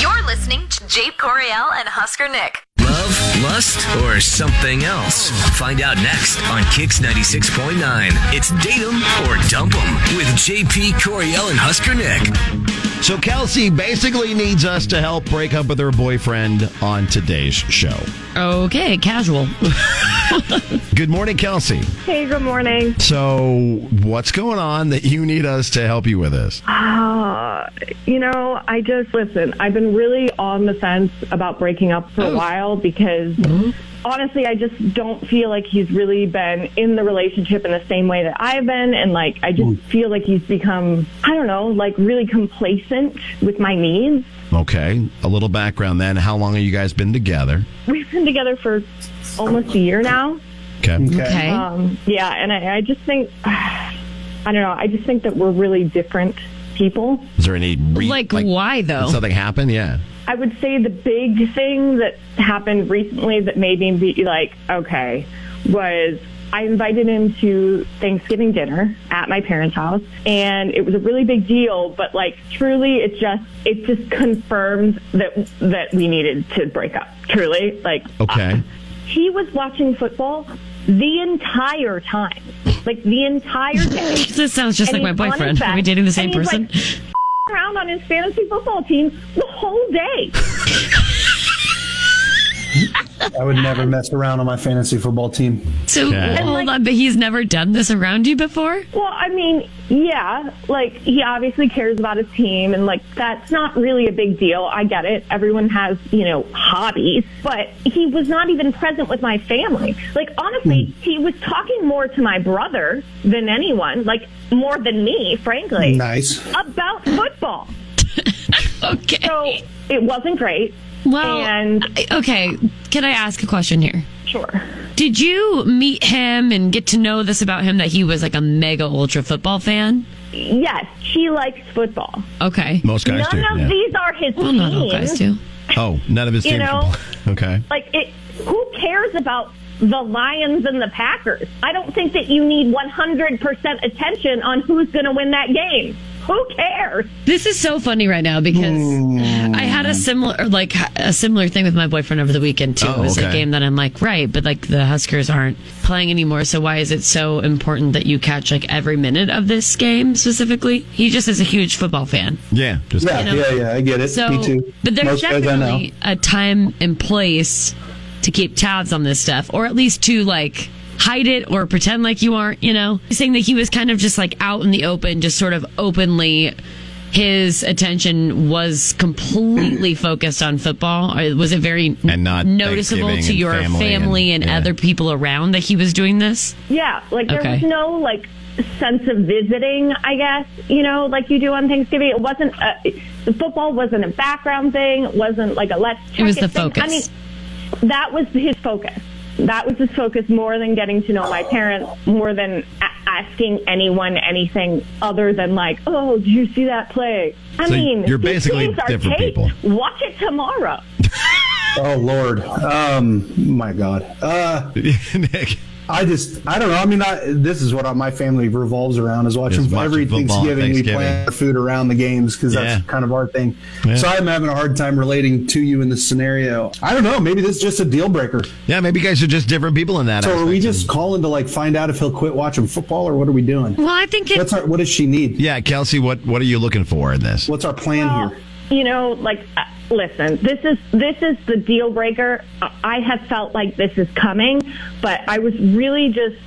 You're listening to Jay Coriel and Husker Nick. Love, lust, or something else? Find out next on Kix 96.9. It's Date 'em or Dump 'em with JP Coriel and Husker Nick. So Kelsey basically needs us to help break up with her boyfriend on today's show. Okay, casual. Good morning, Kelsey. Hey, good morning. So what's going on that you need us to help you with this? Uh, you know, I just listen. I've been really on the fence about breaking up for a while because honestly, I just don't feel like he's really been in the relationship in the same way that I've been. And like, I just feel like he's become, I don't know, like really complacent with my needs. Okay, a little background then. How long have you guys been together? We've been together for almost a year now. Okay. Okay. Um, yeah, and I, I just think, I don't know, I just think that we're really different people. Is there any re- like, why did though? something happen? Yeah. I would say the big thing that happened recently that made me be like, okay, was I invited him to Thanksgiving dinner at my parents' house, and it was a really big deal. But like, truly, it just it just confirms that that we needed to break up. Truly, like, uh, Okay. he was watching football the entire time, like the entire day. this sounds just like And my he's on boyfriend. his back, Are we dating the same and he's, person? like, around on his fantasy football team the whole day. I would Um, never mess around on my fantasy football team. so Okay. hold on, but he's never done this around you before. Well, I mean, yeah, like he obviously cares about his team and like that's not really a big deal. I get it. Everyone has, you know, hobbies, but he was not even present with my family. Like honestly, Hmm. he was talking more to my brother than anyone, like more than me, frankly, Nice. about football. Okay. So it wasn't great. well, and- I- okay. Can I ask a question here? Sure. Did you meet him and get to know this about him that he was like a mega ultra football fan? Yes, he likes football. Okay. Most guys None do. of yeah. these are his Well, not all guys do. teams. oh, none of his You teams. know- okay. Like it who cares about the Lions and the Packers? I don't think that you need 100% attention on who's going to win that game. Who cares? This is so funny right now because Hmm. I had a similar, or like a similar thing with my boyfriend over the weekend too. Oh, it was a okay. game that I'm like, right, but like the Huskers aren't playing anymore, so why is it so important that you catch like every minute of this game specifically? He just is a huge football fan, Yeah. Just Yeah, know- yeah, yeah. I get it. so Me too. but there's Most guys I know. definitely a time and place to keep tabs on this stuff, or at least to like. Hide it or pretend like you aren't, you know? Saying that he was kind of just like out in the open, just sort of openly his attention was completely focused on football? Or was it very And not noticeable to Thanksgiving your and family, family and, and- yeah. other people around that he was doing this? Yeah, like there Okay. was no like sense of visiting, I guess, you know, like you do on Thanksgiving. It wasn't a, the football wasn't a background thing, it wasn't like a let's check was the thing. I focus. mean, that was his focus. That was his focus more than getting to know my parents, more than a- asking anyone anything other than like, "Oh, did you see that play?" I So mean, you're these basically games are different taped. people. Watch it tomorrow. uh, Oh Lord. Um. My God. Uh. Nick. I just, I don't know. I mean, I, this is what my family revolves around is watching, Is watching every football on Thanksgiving, Thanksgiving. We plan our food around the games because that's Yeah. kind of our thing. Yeah. So I'm having a hard time relating to you in this scenario. I don't know. Maybe this is just a deal breaker. Yeah, maybe you guys are just different people in that. So are we aspect. just calling to like find out if he'll quit watching football or what are we doing? Well, I think it, What's our, what does she need? Yeah, Kelsey, what what are you looking for in this? What's our plan here? you know, like, uh, listen, this is this is the deal breaker. Uh, I I have felt like this is coming, but I was really just,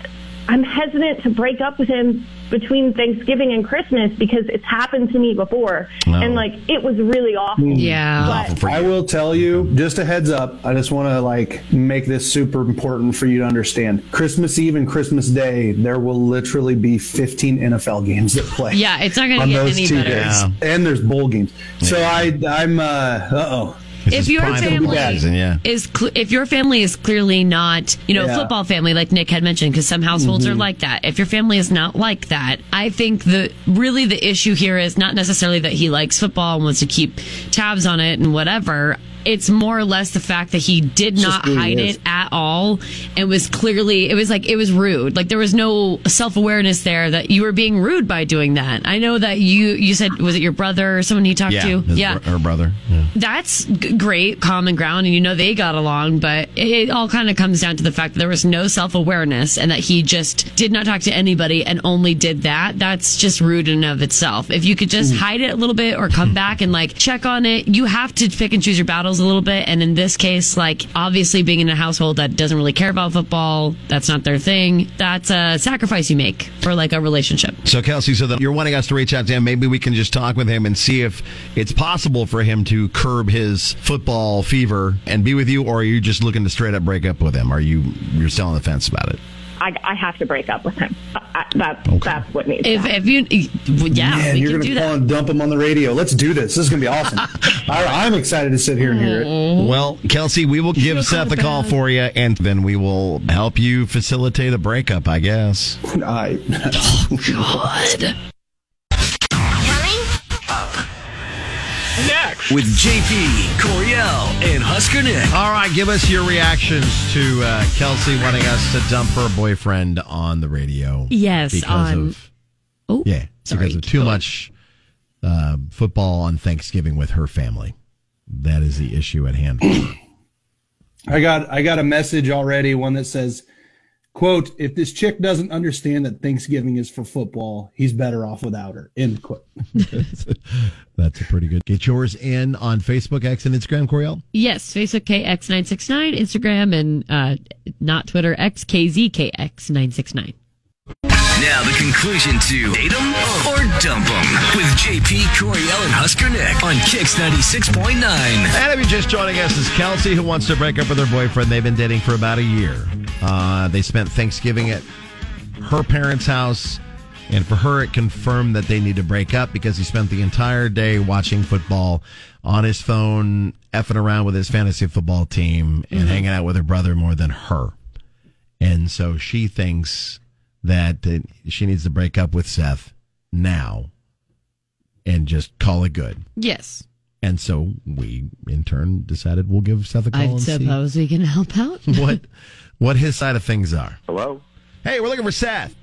I'm hesitant to break up with him between Thanksgiving and Christmas because it's happened to me before, Oh. and like it was really awful. yeah. Mm. Awful for I you. will tell you, just a heads up, I just want to like make this super important for you to understand. Christmas Eve and Christmas Day, there will literally be 15 NFL games that play. Yeah, it's not gonna on get those any two better. days. And there's bowl games. So I I'm uh uh-oh. if your prime football family season, yeah. is cl- if your family is clearly not you know Yeah. Mm-hmm. football family like nick had mentioned because some households are like that if your family is not like that i think the really the issue here is not necessarily that he likes football and wants to keep tabs on it and whatever it's more or less the fact that he did just not who he hide is. it at all and was clearly it was like it was rude like there was no self-awareness there that you were being rude by doing that i know that you you said was it your brother or someone you talked Yeah, to his bro- her brother. Yeah. that's g- great common ground and you know they got along but it, it all kind of comes down to the fact that there was no self-awareness and that he just did not talk to anybody and only did that that's just rude in and of itself if you could just Mm-hmm. hide it a little bit or come back and like check on it you have to pick and choose your battles a little bit and in this case like obviously being in a household that doesn't really care about football that's not their thing that's a sacrifice you make for like a relationship So Kelsey, so that you're wanting us to reach out to him, maybe we can just talk with him and see if it's possible for him to curb his football fever and be with you, or are you just looking to straight up break up with him? Are you you're still on the fence about it? I, I have to break up with him. I, I, that's that's what needs. if, to happen. if you yeah Man, we you're can gonna do call that and dump him on the radio. Let's do this. This is gonna be awesome. I, I'm excited to sit here and hear Mm. it. Mm-hmm. Well, Kelsey, we will give Seth a call for you, and then we will help you facilitate a breakup, I guess. I, God. With JP, Coriel, and Husker Nick. All right, give us your reactions to uh, Kelsey wanting us to dump her boyfriend on the radio. Yes, because on- of Oh, yeah, sorry. because of too Go. much uh, football on Thanksgiving with her family. That is the issue at hand. I got I got a message already. One that says, "quote If this chick doesn't understand that Thanksgiving is for football, he's better off without her." End quote. That's a pretty good. Get yours in on Facebook, X, and Instagram, Coriel. Yes, Facebook KX969, Instagram, and uh, not Twitter, XKZKX969. Now the conclusion to date 'em or dump 'em with JP, Coriel, and Husker Nick on Kix 96.9. And if you're just joining us, it's Kelsey who wants to break up with her boyfriend. They've been dating for about a year. Uh, they spent Thanksgiving at her parents' house, and for her, it confirmed that they need to break up because he spent the entire day watching football on his phone, effing around with his fantasy football team, and hanging out with her brother more than her. And so she thinks that uh, she needs to break up with Seth now and just call it good. Yes. And so we, in turn, decided we'll give Seth a call I and suppose we can help out. see what what his side of things are. Hello. Hey, we're looking for Seth.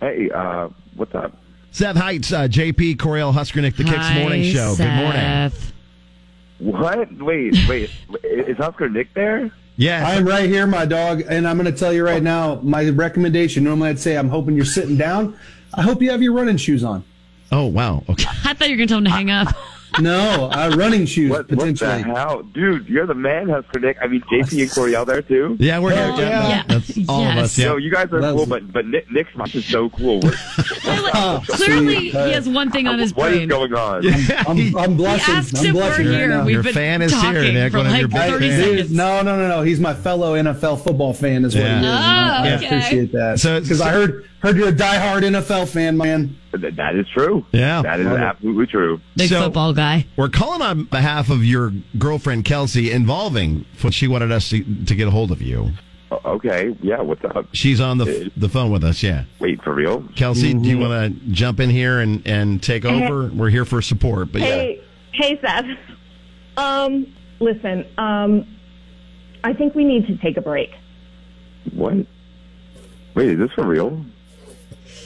Hey, uh, what's up? Seth Heights, uh, JP Coriel Huskernick, the Kicks Hi, Morning Show. Good morning. Seth. What? Wait, wait. is Oscar Nick there? Yes. I am right here, my dog, and I'm going to tell you right now my recommendation. Normally, I'd say I'm hoping you're sitting down. I hope you have your running shoes on. oh wow. Okay. I thought you were going to tell him to hang up. No, uh, running shoes What? What the potentially. hell, dude? You're the man, Oscar Nick. I mean, JP and Coriel there too. Yeah, we're here. Oh, yeah. Yeah. That's all of us. Yes. Yeah. No, you guys are That's- cool, but but Nick, Nick's watch is so cool. What, Clearly, he has one thing on his what is brain. going on? I'm, I'm blushing. asked I'm if we're blushing here. right now. We've Your been fan is here, talking Nick. for One of your like big 30 fans. Dude, seconds. no, no, no, no. He's my fellow NFL football fan, is what Yeah. he is. and I- I Oh, okay. appreciate that. So- because I heard heard you're a diehard NFL fan, man. That- that is true. Yeah. that is Love it. absolutely true. Big So- football guy. We're calling on behalf of your girlfriend Kelsey, involving what she wanted us to, to get a hold of you. O- Okay, yeah. What's up? She's on the the phone with us. Yeah. Wait for real. Kelsey, do you want to jump in here and, and take over? We're here for support, but yeah. Hey, hey, Seth. Um, listen. Um, I think we need to take a break. What? Wait, is this for real?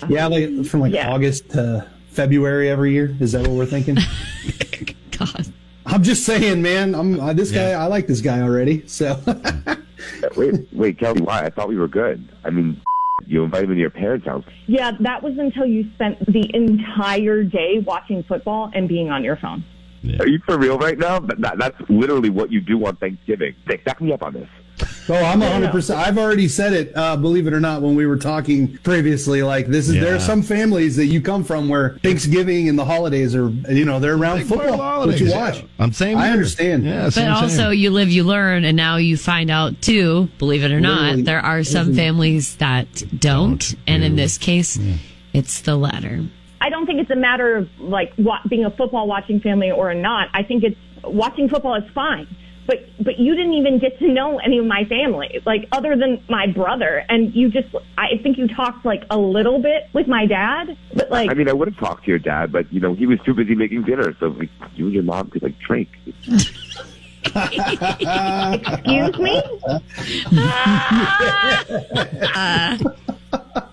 Yeah, like from like Yeah. August to February every year. Is that what we're thinking? God. I'm just saying, man. I'm uh, this Yeah. guy. I like this guy already. So Wait, wait, Kelsey. Why? I thought we were good. I mean, you invited me to your parents' house. Yeah, that was until you spent the entire day watching football and being on your phone. Are you for real right now? That, that, that's literally what you do on Thanksgiving. Nick, back me up on this. Oh, I'm 100%. I've already said it, uh, believe it or not, when we were talking previously. Like, this is, there Yeah. are some families that you come from where Thanksgiving and the holidays are, you know, they're around football, which you watch. I'm saying I understand. Yeah, But same, also, same. you live, you learn, and now you find out too. Believe it or Literally, not, there are some families that Mm-hmm. don't, and in this case, it's the latter. I don't think it's a matter of like wa- being a football watching family or not. I think it's watching football is fine, but but you didn't even get to know any of my family, like other than my brother, and you just I think you talked like a little bit with my dad, but like I mean, I would have talked to your dad, but you know, he was too busy making dinner, so like, you and your mom could like drink. Excuse me?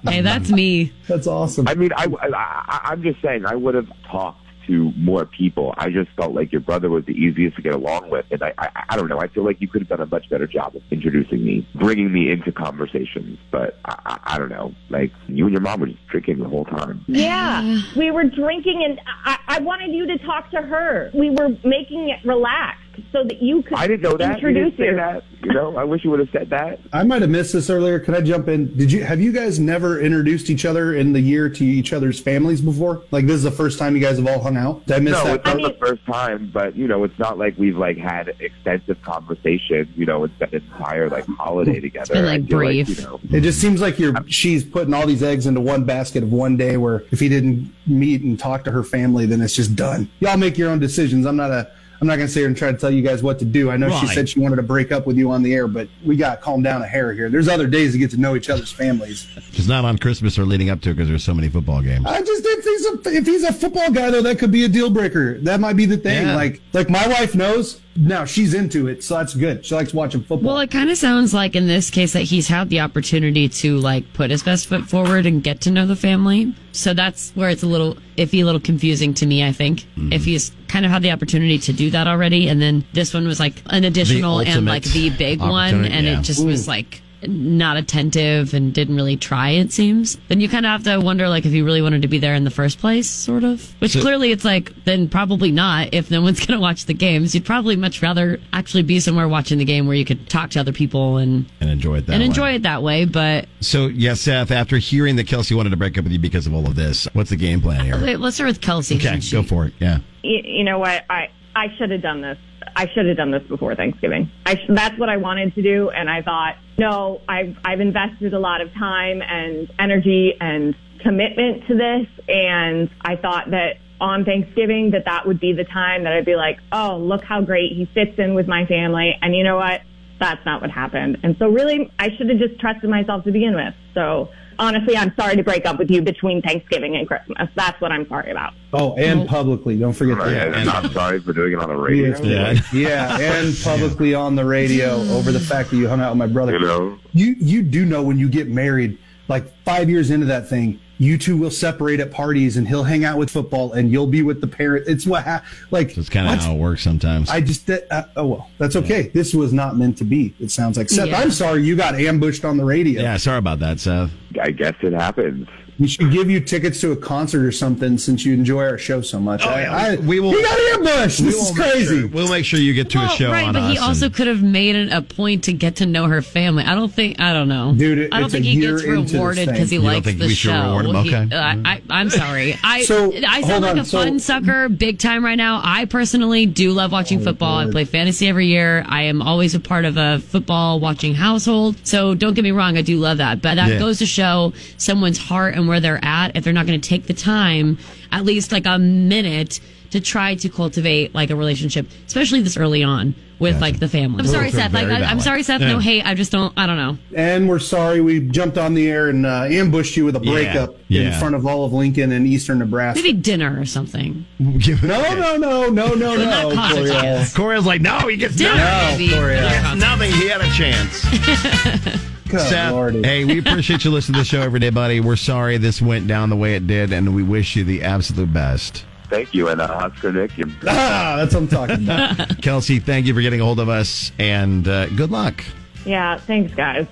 Hey, that's me. That's awesome. I mean, I, I, I'm just saying, I would have talked to more people. I just felt like your brother was the easiest to get along with, and I, I, I don't know. I feel like you could have done a much better job of introducing me, bringing me into conversations. But I, I, I don't know. Like you and your mom were just drinking the whole time. Yeah. We were drinking, and I, I wanted you to talk to her. We were making it relaxed so that you could I didn't know that. You introduce didn't say your- that. You know, I wish you would have said that. I might have missed this earlier. Could I jump in? Did you have you guys never introduced each other in the year to each other's families before? Like this is the first time you guys have all hung out. Did I miss No, that? it's not I mean- the first time, but you know, it's not like we've like had extensive conversation. You know, and spent an entire like holiday together. been, like, I feel brief. you know, It just seems like you're she's putting all these eggs into one basket of one day where if he didn't meet and talk to her family, then it's just done. Y'all make your own decisions. I'm not a I'm not gonna sit here and try to tell you guys what to do. I know she Right. said she wanted to break up with you on the air, but we gotta calm down a hair here. There's other days to get to know each other's families. It's not on Christmas or leading up to because there's so many football games. I just if he's a if he's a football guy though, that could be a deal breaker. That might be the thing. Yeah. Like like my wife knows now she's into it, so that's good. She likes watching football. Well, it kind of sounds like in this case that he's had the opportunity to like put his best foot forward and get to know the family. So that's where it's a little iffy, a little confusing to me, I think. If he's kind of had the opportunity to do that already and then this one was like an additional and ultimate like the big one opportunity, and yeah. it just was like not attentive and didn't really try it seems then you kind of have to wonder like if he really wanted to be there in the first place sort of which clearly it's like then probably not if no one's gonna watch the games you'd probably much rather actually be somewhere watching the game where you could talk to other people and And enjoy it that and way. enjoy it that way but So, yes, Seth, after hearing that Kelsey wanted to break up with you because of all of this, what's the game plan here? wait let's start with kelsey Okay, since go she- for it. Yeah. you, you know what? I, I should have done this. I should have done this before Thanksgiving. I sh- that's what I wanted to do, and I thought, no, I've I've invested a lot of time and energy and commitment to this, and I thought that on Thanksgiving that that would be the time that I'd be like, oh, look how great he fits in with my family, and you know what? That's not what happened. And so really, I should have just trusted myself to begin with. So honestly, I'm sorry to break up with you between Thanksgiving and Christmas. That's what I'm sorry about. oh, and publicly, don't forget Right, that. and I'm sorry for doing it on the radio. Yeah. yeah, and publicly on the radio over the fact that you hung out with my brother. You know? you you do know when you get married, like five years into that thing, you two will separate at parties, and he'll hang out with football, and you'll be with the parent. It's what ha- like That's kind of what? how it works sometimes. I just that, uh, oh well, that's okay. This was not meant to be. It sounds like Seth. Yeah. I'm sorry you got ambushed on the radio. yeah, sorry about that, Seth. I guess it happens. We should give you tickets to a concert or something since you enjoy our show so much. I, I, Oh, we will- He got ambushed. We This will is make crazy. sure- we'll make sure you get to a Well, show right, on but us. he also and- could have made it a point to get to know her family. I don't think I don't know, Dude, it- I don't it's a think he year gets into this rewarded thing. because he You don't likes think the we should show. reward him? He- Okay. uh, I, I, am sorry. I So, I hold sound like on, a fun so- sucker, big time right now. I personally do love Oh, watching football. I play fantasy every year. I am always a part of a football watching household. So don't get me wrong, I do love that. But that Yeah. goes to show someone's heart and where they're at if they're not going to take the time, at least like a minute, to try to cultivate like a relationship, especially this early on with like the family. I'm sorry, Those are Seth. Like, very I, I'm valid. sorry, Seth. Yeah. No hate. I just don't. I don't know. and we're sorry we jumped on the air and uh, ambushed you with a Yeah, breakup yeah. in front of all of Lincoln and Eastern Nebraska. Maybe dinner or something. No, no, no, no, no, no, not college Coriel. kids. Corey was like, no, he gets Dinner, nothing. maybe. Coriel. Nothing. He had a chance. Good Seth, Oh, lordy. hey, we appreciate you listening to the show every day, buddy. We're sorry this went down the way it did, and we wish you the absolute best. Thank you, and uh, Oscar Nick, you're Ah, that's what I'm talking about. Kelsey, thank you for getting a hold of us, and uh, good luck. Yeah, thanks, guys.